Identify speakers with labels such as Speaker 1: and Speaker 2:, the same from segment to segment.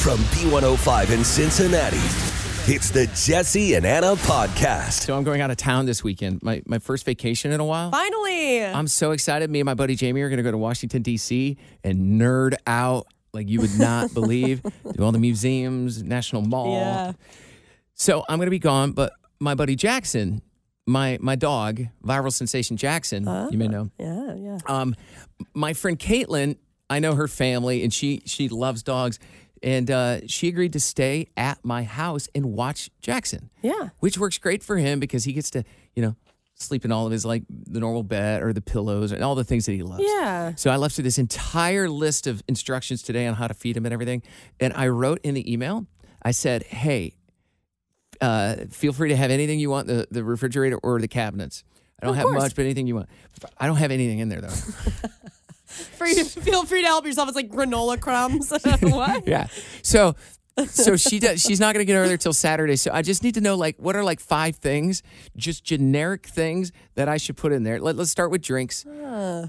Speaker 1: From B105 in Cincinnati, it's the Jesse and Anna podcast.
Speaker 2: So I'm going out of town this weekend. My my first vacation in a while.
Speaker 3: Finally.
Speaker 2: I'm so excited. Me and my buddy Jamie are going to go to Washington D.C. and nerd out like you would not believe. Do all the museums, National Mall.
Speaker 3: Yeah.
Speaker 2: So I'm going to be gone, but my buddy Jackson, my my dog, viral sensation Jackson, you may know.
Speaker 3: Yeah, yeah.
Speaker 2: Um, my friend Caitlin, I know her family, and she she loves dogs, and uh, she agreed to stay at my house and watch Jackson.
Speaker 3: Yeah.
Speaker 2: which works great for him because he gets to you know sleep in all of his like the normal bed or the pillows and all the things that he loves.
Speaker 3: Yeah.
Speaker 2: So I left her this entire list of instructions today on how to feed him and everything, and I wrote in the email. I said, "Hey, uh, feel free to have anything you want in the, the refrigerator or the cabinets. I don't have much, but anything you want. I don't have anything in there though.
Speaker 3: Free, feel free to help yourself. It's like granola crumbs. what?
Speaker 2: yeah. So so she does she's not gonna get over there till Saturday. So I just need to know like what are like five things, just generic things that I should put in there. Let, let's start with drinks.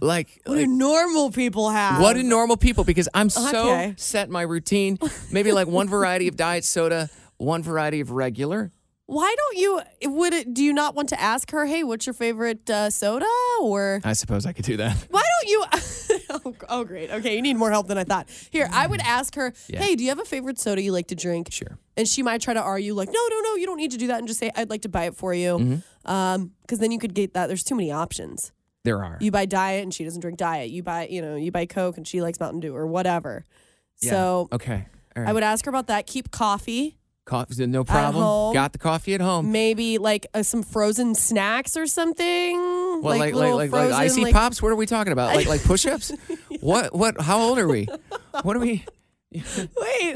Speaker 2: like
Speaker 3: What do
Speaker 2: like,
Speaker 3: normal people have?
Speaker 2: what do normal people because I'm so
Speaker 3: Okay.
Speaker 2: set in my routine. Maybe like one variety of diet soda, one variety of regular.
Speaker 3: Why don't you? Would it? Do you not want to ask her? Hey, what's your favorite uh, soda? Or
Speaker 2: I suppose I could do that.
Speaker 3: why don't you? oh, oh, great. Okay, you need more help than I thought. Here, I would ask her. Hey, do you have a favorite soda you like to drink?
Speaker 2: Sure.
Speaker 3: And she might try to argue like, no, no, no, you don't need to do that, and just say, I'd like to buy it for you.
Speaker 2: Mm-hmm.
Speaker 3: Um, because then you could get that. There's too many options.
Speaker 2: There are.
Speaker 3: you buy diet and she doesn't drink diet. You buy, you know, you buy Coke and she likes Mountain Dew or whatever. So
Speaker 2: okay. All right.
Speaker 3: I would ask her about that. Keep coffee,
Speaker 2: Coffee, no problem.
Speaker 3: home.
Speaker 2: Got the coffee at home.
Speaker 3: maybe like uh, some frozen snacks or something.
Speaker 2: Well, like like
Speaker 3: little
Speaker 2: like, like
Speaker 3: frozen,
Speaker 2: icy
Speaker 3: like-
Speaker 2: pops. What are we talking about? Like like push-ups? What what? How old are we? What are we?
Speaker 3: Wait,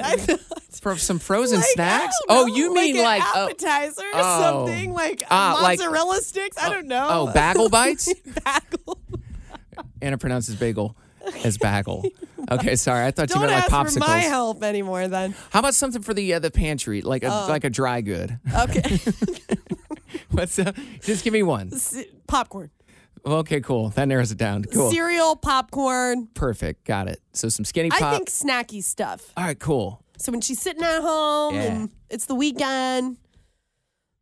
Speaker 3: I thought
Speaker 2: For some frozen
Speaker 3: like,
Speaker 2: snacks?
Speaker 3: I don't
Speaker 2: oh,
Speaker 3: know,
Speaker 2: you mean like,
Speaker 3: an
Speaker 2: oh,
Speaker 3: appetizer or
Speaker 2: oh.
Speaker 3: something like
Speaker 2: Ah, like-
Speaker 3: mozzarella sticks? I don't know.
Speaker 2: oh bagel bites?
Speaker 3: bagel.
Speaker 2: Anna pronounces bagel as bagel. Okay, sorry. I thought you
Speaker 3: Don't
Speaker 2: meant like
Speaker 3: ask for my
Speaker 2: popsicles.
Speaker 3: help anymore then.
Speaker 2: How about something for the uh, the pantry, like a like a dry good?
Speaker 3: Oh. Okay,
Speaker 2: What's up? Just give me one.
Speaker 3: C- popcorn,
Speaker 2: Okay, cool. That narrows it down. Cool.
Speaker 3: cereal, popcorn.
Speaker 2: Perfect. Got it. So some skinny
Speaker 3: I
Speaker 2: pop.
Speaker 3: think snacky stuff.
Speaker 2: All right, cool.
Speaker 3: So when she's sitting at home
Speaker 2: Yeah.
Speaker 3: and it's the weekend,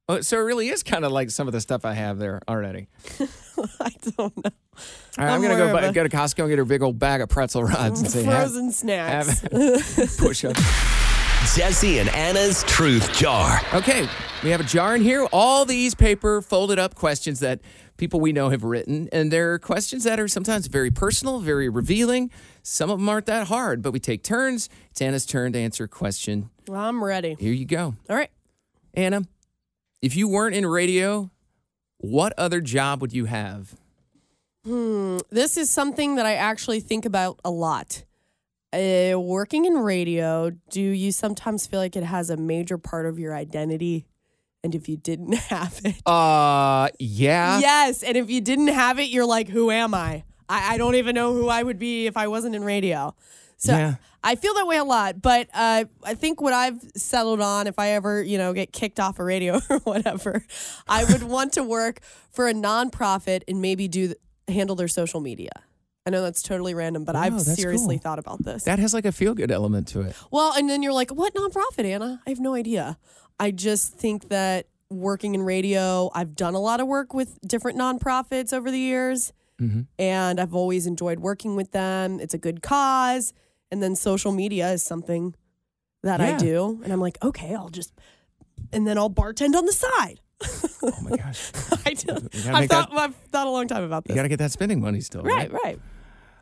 Speaker 2: Oh, so it really is kind of like some of the stuff I have there already.
Speaker 3: I don't know.
Speaker 2: All right, I'm,
Speaker 3: I'm
Speaker 2: gonna
Speaker 3: more
Speaker 2: go
Speaker 3: of
Speaker 2: bu-
Speaker 3: a-
Speaker 2: go to Costco and get a big old bag of pretzel rods and say have,
Speaker 3: Frozen snacks.
Speaker 2: have push up.
Speaker 1: Jesse and Anna's Truth Jar.
Speaker 2: Okay, we have a jar in here. All these paper folded up questions that people we know have written, and they're questions that are sometimes very personal, very revealing. Some of them aren't that hard, but we take turns. It's Anna's turn to answer a question.
Speaker 3: Well, I'm ready.
Speaker 2: Here you go,
Speaker 3: All right.
Speaker 2: Anna. If you weren't in radio, what other job would you have?
Speaker 3: This is something that I actually think about a lot. Uh, working in radio, do you sometimes feel like it has a major part of your identity? And if you didn't have it,
Speaker 2: Uh, yeah.
Speaker 3: yes. And if you didn't have it, you're like, who am I? I, I don't even know who I would be if I wasn't in radio. So
Speaker 2: Yeah.
Speaker 3: I feel that way a lot. But uh, I think what I've settled on, if I ever, you know, get kicked off a radio or whatever, I would want to work for a nonprofit and maybe do th- handle their social media. I know that's totally random, but I've
Speaker 2: Wow, that's
Speaker 3: seriously
Speaker 2: cool.
Speaker 3: thought about this.
Speaker 2: That has like a feel good element to it.
Speaker 3: Well, and then you're like, what nonprofit, Anna? I have no idea. I just think that working in radio, I've done a lot of work with different nonprofits
Speaker 2: Mm-hmm.
Speaker 3: over the years, and I've always enjoyed working with them. It's a good cause. And then social media is something that I
Speaker 2: Yeah.
Speaker 3: do. And I'm like, okay, I'll just, and then I'll bartend on the side.
Speaker 2: Oh my gosh.
Speaker 3: I do.
Speaker 2: You gotta
Speaker 3: I've
Speaker 2: make that-
Speaker 3: thought, I've thought a long time about
Speaker 2: You
Speaker 3: this.
Speaker 2: got to get that spending money still.
Speaker 3: right, right.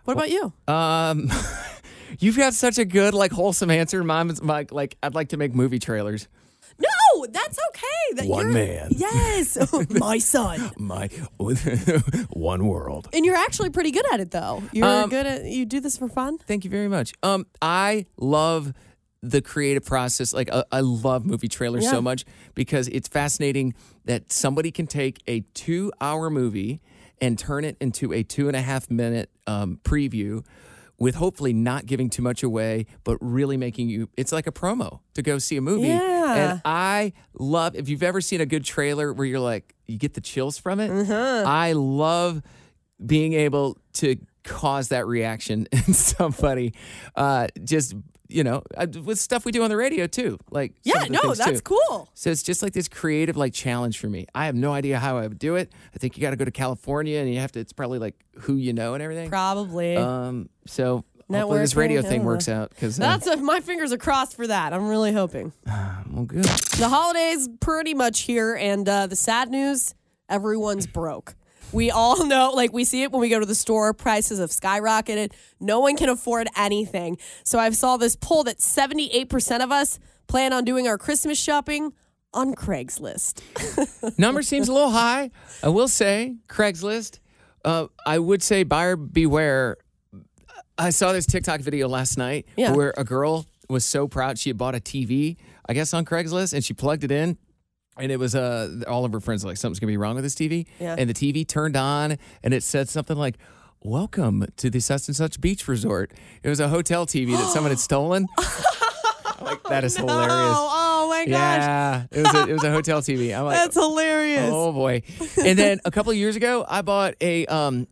Speaker 3: What about you?
Speaker 2: Um, you've got such a good, like, wholesome answer. Mom is like, like, I'd like to make movie trailers.
Speaker 3: No, that's okay. That
Speaker 1: One
Speaker 3: you're-
Speaker 1: man.
Speaker 3: Yes, my son.
Speaker 1: My one world.
Speaker 3: And you're actually pretty good at it, though. You're
Speaker 2: Um,
Speaker 3: good at. You do this for fun.
Speaker 2: Thank you very much. Um, I love the creative process. Like, uh, I love movie trailers
Speaker 3: Yeah.
Speaker 2: so much because it's fascinating that somebody can take a two-hour movie and turn it into a two and a half minute um, preview. With hopefully not giving too much away, but really making you, it's like a promo to go see a movie.
Speaker 3: Yeah.
Speaker 2: And I love, if you've ever seen a good trailer where you're like, you get the chills from it,
Speaker 3: Uh-huh.
Speaker 2: I love being able to cause that reaction in somebody uh just you know uh, with stuff we do on the radio too like some
Speaker 3: Yeah,
Speaker 2: of the
Speaker 3: no,
Speaker 2: things,
Speaker 3: that's
Speaker 2: too.
Speaker 3: cool.
Speaker 2: so it's just like this creative like challenge for me i have no idea how i would do it i think you got to go to california and you have to it's probably like who you know and everything
Speaker 3: Probably.
Speaker 2: um so hopefully this
Speaker 3: Networking,
Speaker 2: radio
Speaker 3: I
Speaker 2: thing
Speaker 3: don't
Speaker 2: works
Speaker 3: know.
Speaker 2: out because
Speaker 3: that's uh, my fingers are crossed for that. I'm really hoping.
Speaker 2: well, good
Speaker 3: The holidays pretty much here, and uh, the sad news: everyone's broke. We all know, like we see it when we go to the store. Prices have skyrocketed. No one can afford anything. So I saw this poll that 78% of us plan on doing our Christmas shopping on Craigslist.
Speaker 2: number seems a little high. I will say Craigslist. Uh, I would say buyer beware. I saw this TikTok video last night
Speaker 3: Yeah.
Speaker 2: where a girl was so proud she had bought a TV, I guess on Craigslist, and she plugged it in. And it was uh, all of her friends were like, something's gonna be wrong with this TV.
Speaker 3: Yeah.
Speaker 2: And the TV turned on and it said something like, Welcome to the such and such beach resort. It was a hotel TV that someone had stolen. I'm like, that is hilarious.
Speaker 3: Oh, oh my gosh,
Speaker 2: Yeah, it was a, it was a hotel TV. I'm like,
Speaker 3: that's hilarious.
Speaker 2: Oh boy! And then a couple of years ago, I bought a um,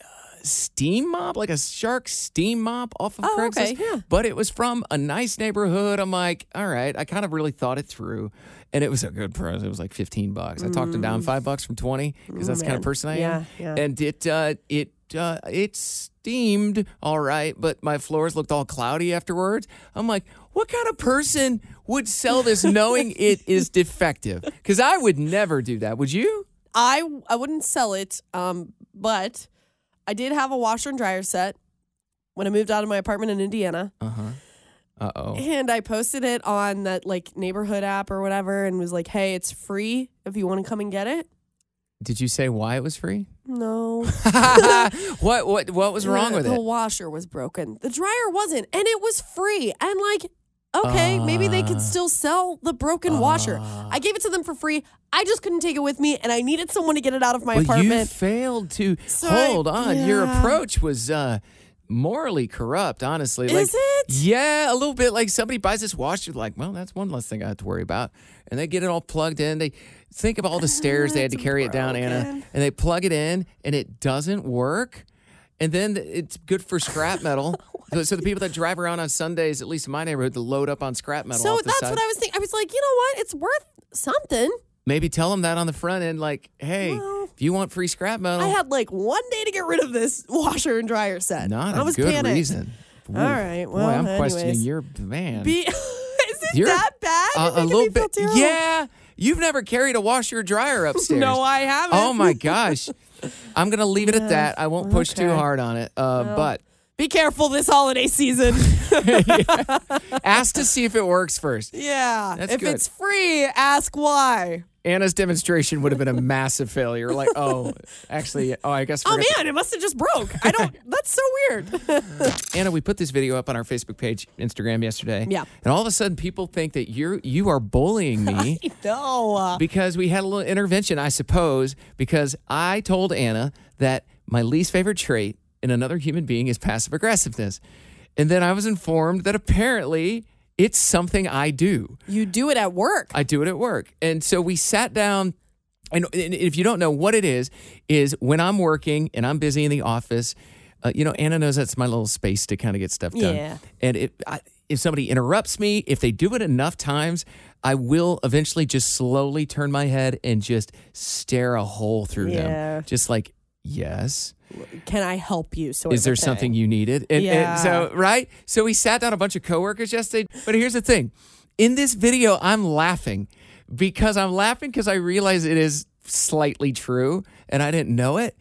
Speaker 2: uh, steam mop, like a shark steam mop off of
Speaker 3: Oh,
Speaker 2: Craigslist.
Speaker 3: okay, yeah.
Speaker 2: But it was from a nice neighborhood. I'm like, all right. I kind of really thought it through, and it was a good price. It was like 15 bucks. I talked them down
Speaker 3: Mm.
Speaker 2: five bucks from 20 because that's the kind of
Speaker 3: man.
Speaker 2: person I am.
Speaker 3: Yeah, yeah.
Speaker 2: And it uh, it. Uh, it steamed all right, but my floors looked all cloudy afterwards. I'm like, what kind of person would sell this knowing it is defective? Because I would never do that. Would you?
Speaker 3: I I wouldn't sell it, um, but I did have a washer and dryer set when I moved out of my apartment in Indiana.
Speaker 2: Uh huh. Uh oh.
Speaker 3: And I posted it on that like neighborhood app or whatever and was like, hey, it's free if you want to come and get it.
Speaker 2: Did you say why it was free?
Speaker 3: No.
Speaker 2: what what what was wrong with
Speaker 3: The
Speaker 2: it?
Speaker 3: washer was broken. The dryer wasn't. And it was free. And like, okay, maybe they
Speaker 2: Ah.
Speaker 3: could still sell the broken washer. I gave it to them for free. I just couldn't take it with me and I needed someone to get it out of my
Speaker 2: Well, you
Speaker 3: apartment.
Speaker 2: failed to
Speaker 3: So I-
Speaker 2: hold on. Your
Speaker 3: yeah.
Speaker 2: approach was uh, morally corrupt. Honestly, like,
Speaker 3: Is it?
Speaker 2: Yeah, a little bit. Like somebody buys this watch, you're like, well, that's one less thing I have to worry about. And they get it all plugged in. They think of all the stairs they had to carry it down, Anna, and they plug it in, and it doesn't work. And then it's good for scrap metal. so the people that drive around on Sundays, at least in my neighborhood, to load up on scrap metal.
Speaker 3: so
Speaker 2: off the
Speaker 3: that's
Speaker 2: side.
Speaker 3: what I was thinking. I was like, you know what? It's worth something.
Speaker 2: Maybe tell them that on the front end, like, hey,
Speaker 3: Well,
Speaker 2: if you want free scrap metal,
Speaker 3: I had like one day to get rid of this washer and dryer set.
Speaker 2: Not
Speaker 3: I
Speaker 2: a
Speaker 3: was
Speaker 2: good
Speaker 3: panicked.
Speaker 2: reason. Ooh,
Speaker 3: right, well,
Speaker 2: boy, I'm questioning
Speaker 3: anyways.
Speaker 2: your man.
Speaker 3: Be is it
Speaker 2: You're-
Speaker 3: that bad?
Speaker 2: Uh,
Speaker 3: You're making me feel terrible.
Speaker 2: Yeah, you've never carried a washer or dryer upstairs.
Speaker 3: No, I haven't.
Speaker 2: Oh my gosh. I'm gonna leave it at that. I won't push too
Speaker 3: Okay.
Speaker 2: hard on it. Uh, But
Speaker 3: Be careful this holiday season.
Speaker 2: ask to see if it works first.
Speaker 3: yeah.
Speaker 2: That's
Speaker 3: if
Speaker 2: good.
Speaker 3: it's free, ask why.
Speaker 2: Anna's demonstration would have been a massive failure. Like, oh, actually, oh, I guess.
Speaker 3: Oh
Speaker 2: forgot to-
Speaker 3: man, it must have just broke. I don't that's so weird.
Speaker 2: Anna, we put this video up on our Facebook page, Instagram yesterday.
Speaker 3: Yeah.
Speaker 2: And all of a sudden, people think that you're you are bullying me.
Speaker 3: no. uh,
Speaker 2: because we had a little intervention, I suppose, because I told Anna that my least favorite trait in another human being is passive aggressiveness. And then I was informed that apparently it's something I do.
Speaker 3: You do it at work.
Speaker 2: I do it at work. And so we sat down. And, and if you don't know what it is, is when I'm working and I'm busy in the office, uh, you know, Anna knows that's my little space to kind of get stuff done.
Speaker 3: Yeah.
Speaker 2: And if I, if somebody interrupts me, if they do it enough times, I will eventually just slowly turn my head and just stare a hole through
Speaker 3: Yeah.
Speaker 2: them. Just like, yes.
Speaker 3: can I help you? Sort
Speaker 2: Is
Speaker 3: of
Speaker 2: there
Speaker 3: a thing.
Speaker 2: something you needed? And,
Speaker 3: Yeah.
Speaker 2: and so, right? So we sat down a bunch of coworkers yesterday. But here's the thing in this video, I'm laughing because I'm laughing because I realize it is slightly true and I didn't know it.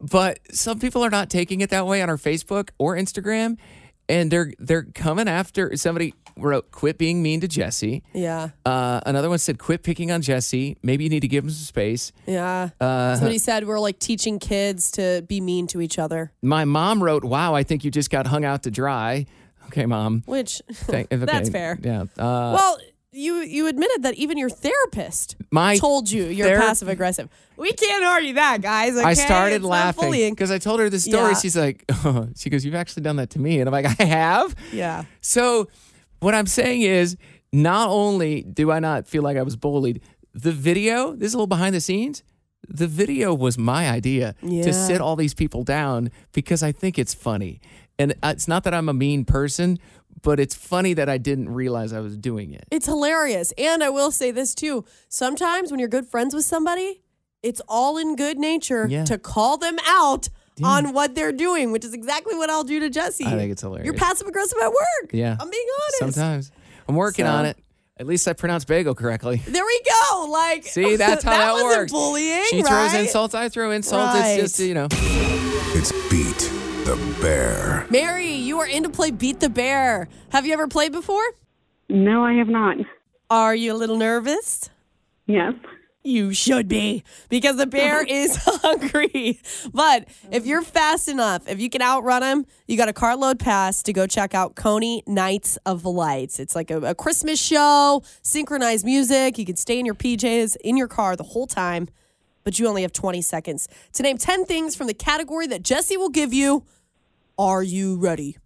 Speaker 2: But some people are not taking it that way on our Facebook or Instagram. And they're they're coming after somebody wrote, quit being mean to Jesse.
Speaker 3: Yeah.
Speaker 2: Uh, another one said, quit picking on Jesse. Maybe you need to give him some space.
Speaker 3: Yeah.
Speaker 2: Uh,
Speaker 3: Somebody said we're like teaching kids to be mean to each other,
Speaker 2: My mom wrote, wow, I think you just got hung out to dry. Okay, mom.
Speaker 3: which
Speaker 2: Thank-
Speaker 3: that's
Speaker 2: okay,
Speaker 3: fair.
Speaker 2: Yeah. Uh,
Speaker 3: Well, you you admitted that even your therapist
Speaker 2: My
Speaker 3: told you you're
Speaker 2: ther-
Speaker 3: passive aggressive. We can't argue that, guys.
Speaker 2: I
Speaker 3: okay?
Speaker 2: started
Speaker 3: It's not
Speaker 2: laughing
Speaker 3: bullying.
Speaker 2: because I told her the story.
Speaker 3: Yeah.
Speaker 2: She's like, she goes, "You've actually done that to me," and I'm like, "I have."
Speaker 3: Yeah.
Speaker 2: So, what I'm saying is, not only do I not feel like I was bullied, the video, this is a little behind the scenes, the video was my idea
Speaker 3: Yeah.
Speaker 2: to sit all these people down because I think it's funny. And uh, it's not that I'm a mean person, but it's funny that I didn't realize I was doing it.
Speaker 3: It's hilarious. And I will say this too. Sometimes when you're good friends with somebody, it's all in good nature
Speaker 2: Yeah.
Speaker 3: to call them out on what they're doing, which is exactly what I'll do to Jesse.
Speaker 2: I think it's hilarious.
Speaker 3: You're passive aggressive at work.
Speaker 2: Yeah.
Speaker 3: I'm being honest.
Speaker 2: Sometimes I'm working
Speaker 3: So-
Speaker 2: on it. At least I pronounced bagel correctly.
Speaker 3: There we go. Like
Speaker 2: See, that's how that,
Speaker 3: wasn't
Speaker 2: works.
Speaker 3: Bullying.
Speaker 2: She
Speaker 3: right?
Speaker 2: throws insults. I throw insults.
Speaker 3: Right.
Speaker 2: It's just you know.
Speaker 4: It's Beat the Bear.
Speaker 3: Mary, you are into play Beat the Bear. Have you ever played before?
Speaker 5: No, I have not.
Speaker 3: Are you a little nervous?
Speaker 5: Yes.
Speaker 3: You should be because the bear is hungry. But if you're fast enough, if you can outrun him, you got a cartload pass to go check out Coney Nights of Lights. It's like a, a Christmas show, synchronized music. You can stay in your PJs in your car the whole time, but you only have 20 seconds to name 10 things from the category that Jesse will give you. Are you ready?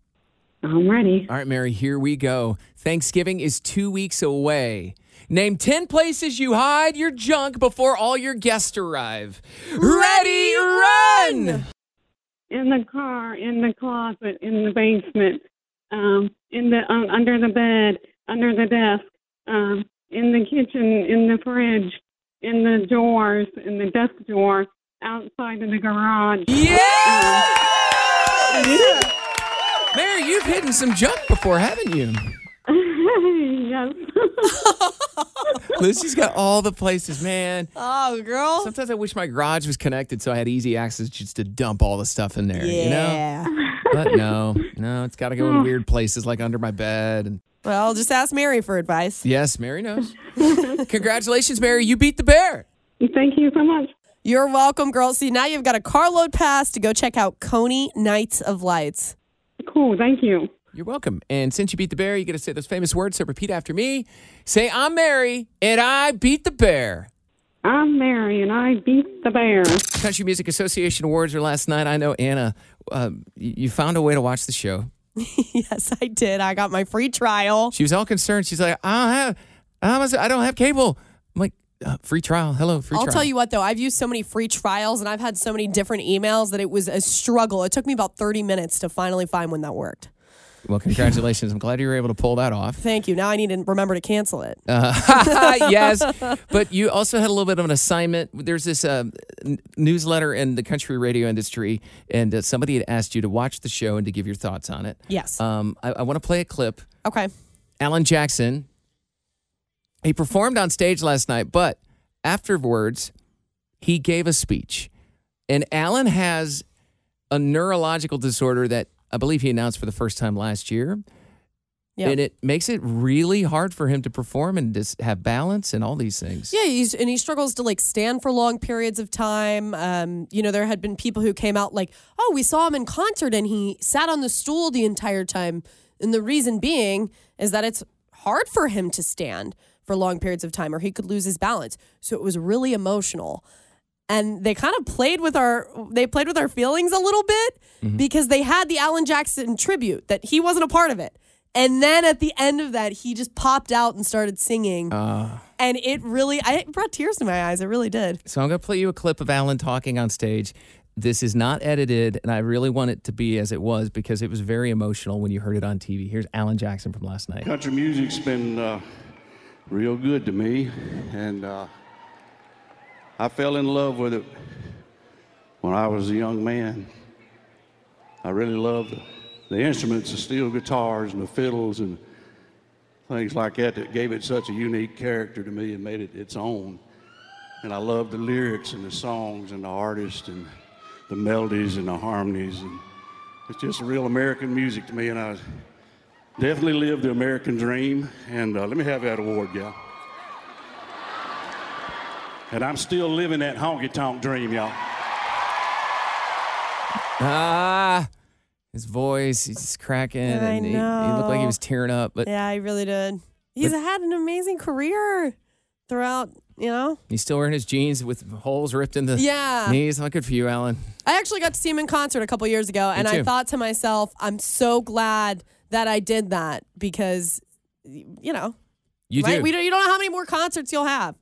Speaker 5: I'm ready.
Speaker 2: All right, Mary. Here we go. Thanksgiving is two weeks away. Name ten places you hide your junk before all your guests arrive. Ready, run!
Speaker 5: In the car, in the closet, in the basement, um, in the um, under the bed, under the desk, um, in the kitchen, in the fridge, in the drawers, in the desk drawer, outside in the garage.
Speaker 2: Yeah. Mary, you've hidden some junk before, haven't you?
Speaker 5: yes.
Speaker 2: Lucy's got all the places, man.
Speaker 3: Oh, girl.
Speaker 2: Sometimes I wish my garage was connected so I had easy access just to dump all the stuff in there. You know.
Speaker 3: yeah.
Speaker 2: But no, no, it's got to
Speaker 3: Oh.
Speaker 2: go in weird places like under my bed. And
Speaker 3: Well, just ask Mary for advice.
Speaker 2: yes, Mary knows. Congratulations, Mary. You beat the bear.
Speaker 5: Thank you so much.
Speaker 3: You're welcome, girl. See, now you've got a carload pass to go check out Coney Nights of Lights.
Speaker 5: Cool. Thank you.
Speaker 2: You're welcome. And since you beat the bear, you got to say those famous words. So repeat after me. Say, I'm Mary and I beat the bear.
Speaker 5: I'm Mary, and I beat the bear.
Speaker 2: Country Music Association Awards were last night. I know, Anna, uh, y- you found a way to watch the show.
Speaker 3: yes, I did. I got my free trial.
Speaker 2: She was all concerned. She's like, I don't have, I don't- I don't have cable. I'm like, uh, free trial. Hello, free
Speaker 3: I'll
Speaker 2: trial.
Speaker 3: tell you what, though, I've used so many free trials and I've had so many different emails that it was a struggle. It took me about 30 minutes to finally find one that worked.
Speaker 2: Well, congratulations. I'm glad you were able to pull that off.
Speaker 3: Thank you. Now I need to remember to cancel it.
Speaker 2: Uh, yes, but you also had a little bit of an assignment. There's this uh, n- newsletter in the country radio industry, and uh, somebody had asked you to watch the show and to give your thoughts on it.
Speaker 3: Yes.
Speaker 2: Um, I, I want to play a clip.
Speaker 3: okay.
Speaker 2: Alan Jackson. He performed on stage last night, but afterwards, he gave a speech. And Alan has a neurological disorder that I believe he announced for the first time last year.
Speaker 3: Yeah.
Speaker 2: And it makes it really hard for him to perform and just have balance and all these things.
Speaker 3: Yeah, he's, and he struggles to like stand for long periods of time. Um, you know, there had been people who came out like, "Oh, we saw him in concert and he sat on the stool the entire time." And the reason being is that it's hard for him to stand for long periods of time or he could lose his balance. So it was really emotional. And they kind of played with our they played with our feelings a little bit because they had the Alan Jackson tribute that he wasn't a part of it. And then at the end of that, he just popped out and started singing and it really I, it brought tears to my eyes it really did
Speaker 2: So I'm going to play you a clip of Alan talking on stage. This is not edited, and I really want it to be as it was because it was very emotional when you heard it on TV. Here's Alan Jackson from last night.
Speaker 6: Country music's been uh, real good to me, and uh, I fell in love with it when I was a young man. I really loved the instruments, the steel guitars and the fiddles and things like that that gave it such a unique character to me and made it its own. And I loved the lyrics and the songs and the artists and the melodies and the harmonies. And it's just real American music to me. And I definitely lived the American dream. And uh, let me have that award, gal. And I'm still living that honky tonk dream, y'all.
Speaker 2: Ah, his voice, he's cracking.
Speaker 3: I
Speaker 2: and he, he looked like he
Speaker 3: know.
Speaker 2: was tearing up, but
Speaker 3: Yeah, he really did. He's had an amazing career throughout, you know?
Speaker 2: he's still wearing his jeans with holes ripped in the
Speaker 3: Yeah.
Speaker 2: knees. Not good for you, Alan.
Speaker 3: I actually got to see him in concert a couple years ago, and I
Speaker 2: too.
Speaker 3: thought to myself, I'm so glad that I did that because, you know,
Speaker 2: You
Speaker 3: right?
Speaker 2: do.
Speaker 3: We don't, you don't know how many more concerts you'll have.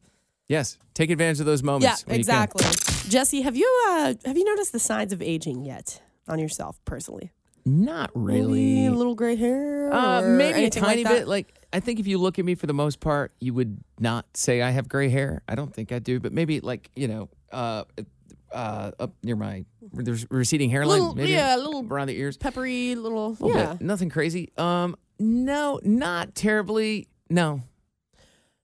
Speaker 2: yes. Take advantage of those moments.
Speaker 3: yeah,
Speaker 2: when you can.
Speaker 3: exactly. Jesse, have you uh, have you noticed the signs of aging yet on yourself personally?
Speaker 2: Not really.
Speaker 3: Maybe a little gray hair,
Speaker 2: Uh,
Speaker 3: or
Speaker 2: maybe a
Speaker 3: anything
Speaker 2: tiny
Speaker 3: like that?
Speaker 2: bit. Like I think if you look at me for the most part, you would not say I have gray hair. I don't think I do, but maybe like you know, uh, uh, up near my there's receding hairline.
Speaker 3: Little-
Speaker 2: maybe
Speaker 3: yeah, a little-
Speaker 2: around the ears.
Speaker 3: peppery, little,
Speaker 2: little
Speaker 3: yeah.
Speaker 2: bit. nothing crazy. Um, no, not terribly. No,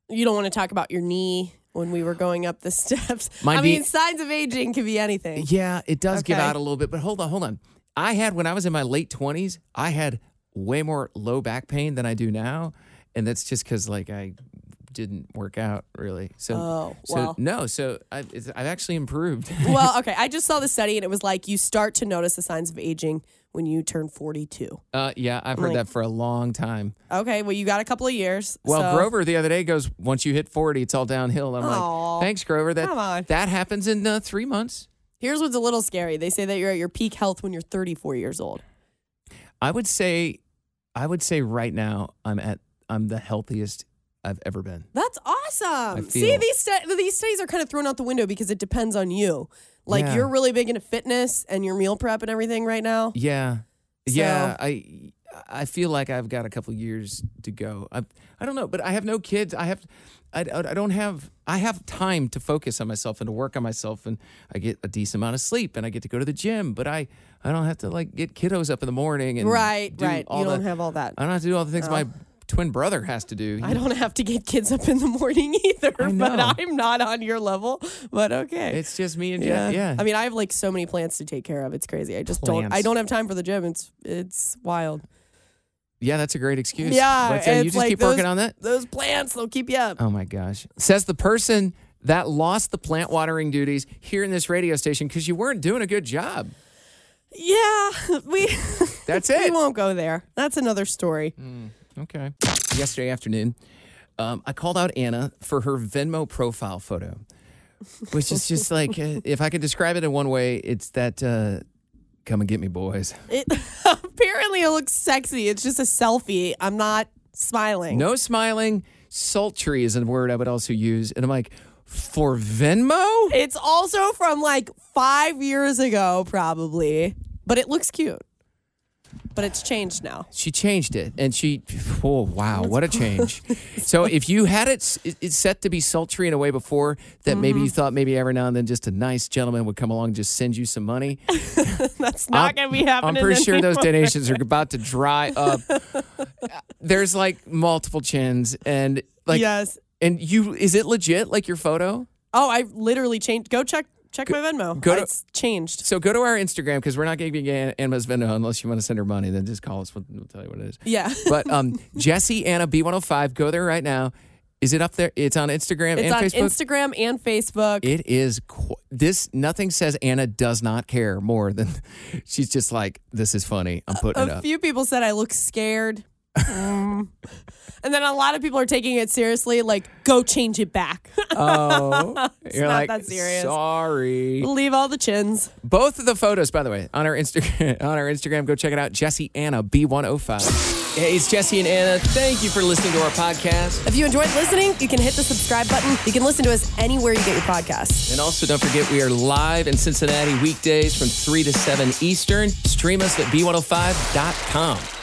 Speaker 3: You don't want to talk about your knee when we were going up the steps.
Speaker 2: My
Speaker 3: I
Speaker 2: knee-
Speaker 3: mean, signs of aging can be anything.
Speaker 2: yeah, it does give
Speaker 3: Okay.
Speaker 2: out a little bit. But hold on, hold on. I had when I was in my late twenties, I had way more low back pain than I do now, and that's just because like I didn't work out really. So,
Speaker 3: Oh,
Speaker 2: so
Speaker 3: well.
Speaker 2: no, so I, it's, I've actually improved.
Speaker 3: well, okay. I just saw the study and it was like you start to notice the signs of aging when you turn 42.
Speaker 2: Uh, yeah, I've heard that for a long time.
Speaker 3: Okay, well, you got a couple of years.
Speaker 2: Well,
Speaker 3: so-
Speaker 2: Grover the other day goes, once you hit forty, it's all downhill. And I'm
Speaker 3: Aw,
Speaker 2: like, thanks, Grover. That
Speaker 3: come on.
Speaker 2: that happens in uh, three months.
Speaker 3: Here's what's a little scary. They say that you're at your peak health when you're 34 years old.
Speaker 2: I would say, I would say right now, I'm at I'm the healthiest I've ever been.
Speaker 3: That's awesome.
Speaker 2: I
Speaker 3: See,
Speaker 2: feel-
Speaker 3: these stu- these studies are kind of thrown out the window because it depends on you. Like
Speaker 2: Yeah.
Speaker 3: you're really big into fitness and your meal prep and everything right now.
Speaker 2: Yeah, yeah.
Speaker 3: So-
Speaker 2: I I feel like I've got a couple years to go. I I don't know, but I have no kids. I have. I, I don't have I have time to focus on myself and to work on myself and I get a decent amount of sleep and I get to go to the gym but I I don't have to like get kiddos up in the morning and
Speaker 3: Right,
Speaker 2: do
Speaker 3: right.
Speaker 2: all
Speaker 3: You don't
Speaker 2: the-
Speaker 3: have all that.
Speaker 2: I don't have to do all the things my twin brother has to do
Speaker 3: I don't have to get kids up in the morning either,
Speaker 2: I know.
Speaker 3: but I'm not on your level. But okay.
Speaker 2: it's just me and yeah yeah
Speaker 3: I mean, I have like so many plants to take care of. It's crazy. I just don't. I
Speaker 2: Plants.
Speaker 3: don't have time for the gym. It's it's wild.
Speaker 2: yeah that's a great excuse
Speaker 3: Yeah,
Speaker 2: but, uh, you
Speaker 3: it's
Speaker 2: just
Speaker 3: like
Speaker 2: keep
Speaker 3: those-
Speaker 2: working on that
Speaker 3: Those plants, they'll keep you up.
Speaker 2: Oh my gosh. Says the person that lost the plant watering duties here in this radio station because you weren't doing a good job.
Speaker 3: Yeah, we.
Speaker 2: That's
Speaker 3: we
Speaker 2: it.
Speaker 3: won't go there. That's another story.
Speaker 2: Mm. Okay. Yesterday afternoon, um, I called out Anna for her Venmo profile photo, which is just like, uh, if I could describe it in one way, it's that uh, come and get me, boys.
Speaker 3: It apparently it looks sexy. It's just a selfie. I'm not smiling.
Speaker 2: No smiling, sultry is a word I would also use. And I'm like, for Venmo?
Speaker 3: It's also from like five years ago, probably. But it looks cute. But it's changed now.
Speaker 2: She changed it, and she, oh wow, what a change! so if you had it, s- it it's set to be sultry in a way before that, maybe you thought maybe every now and then just a nice gentleman would come along and just send you some money.
Speaker 3: That's not
Speaker 2: I'm-
Speaker 3: going to be happening.
Speaker 2: I'm pretty sure those
Speaker 3: anymore.
Speaker 2: donations are about to dry up. There's like multiple chins, and like
Speaker 3: yes.
Speaker 2: and you is it legit? Like your photo?
Speaker 3: Oh, I literally changed. Go check check my Venmo.
Speaker 2: go to-
Speaker 3: it's changed.
Speaker 2: So go to our Instagram because we're not giving you An- Anna's Venmo unless you want to send her money. Then just call us. We'll, we'll tell you what it is.
Speaker 3: Yeah.
Speaker 2: But um, Jesse Anna B105, go there right now. Is it up there? It's on Instagram
Speaker 3: It's
Speaker 2: and
Speaker 3: on
Speaker 2: Facebook.
Speaker 3: Instagram and Facebook.
Speaker 2: it is qu- this. Nothing says Anna does not care more than she's just like this is funny. I'm putting it
Speaker 3: a
Speaker 2: up.
Speaker 3: few people said I look scared. Mm. and then a lot of people are taking it seriously, like, go change it back.
Speaker 2: oh, you're
Speaker 3: not
Speaker 2: like
Speaker 3: that serious.
Speaker 2: sorry.
Speaker 3: Leave all the chins.
Speaker 2: Both of the photos, by the way, on our Instagram. On our Instagram, go check it out. Jesse Anna B105. Hey, it's Jesse and Anna. Thank you for listening to our podcast.
Speaker 3: If you enjoyed listening, you can hit the subscribe button. You can listen to us anywhere you get your podcasts.
Speaker 2: And also, don't forget, we are live in oh Cincinnati weekdays from 3 to 7 Eastern. Stream us at b105.com.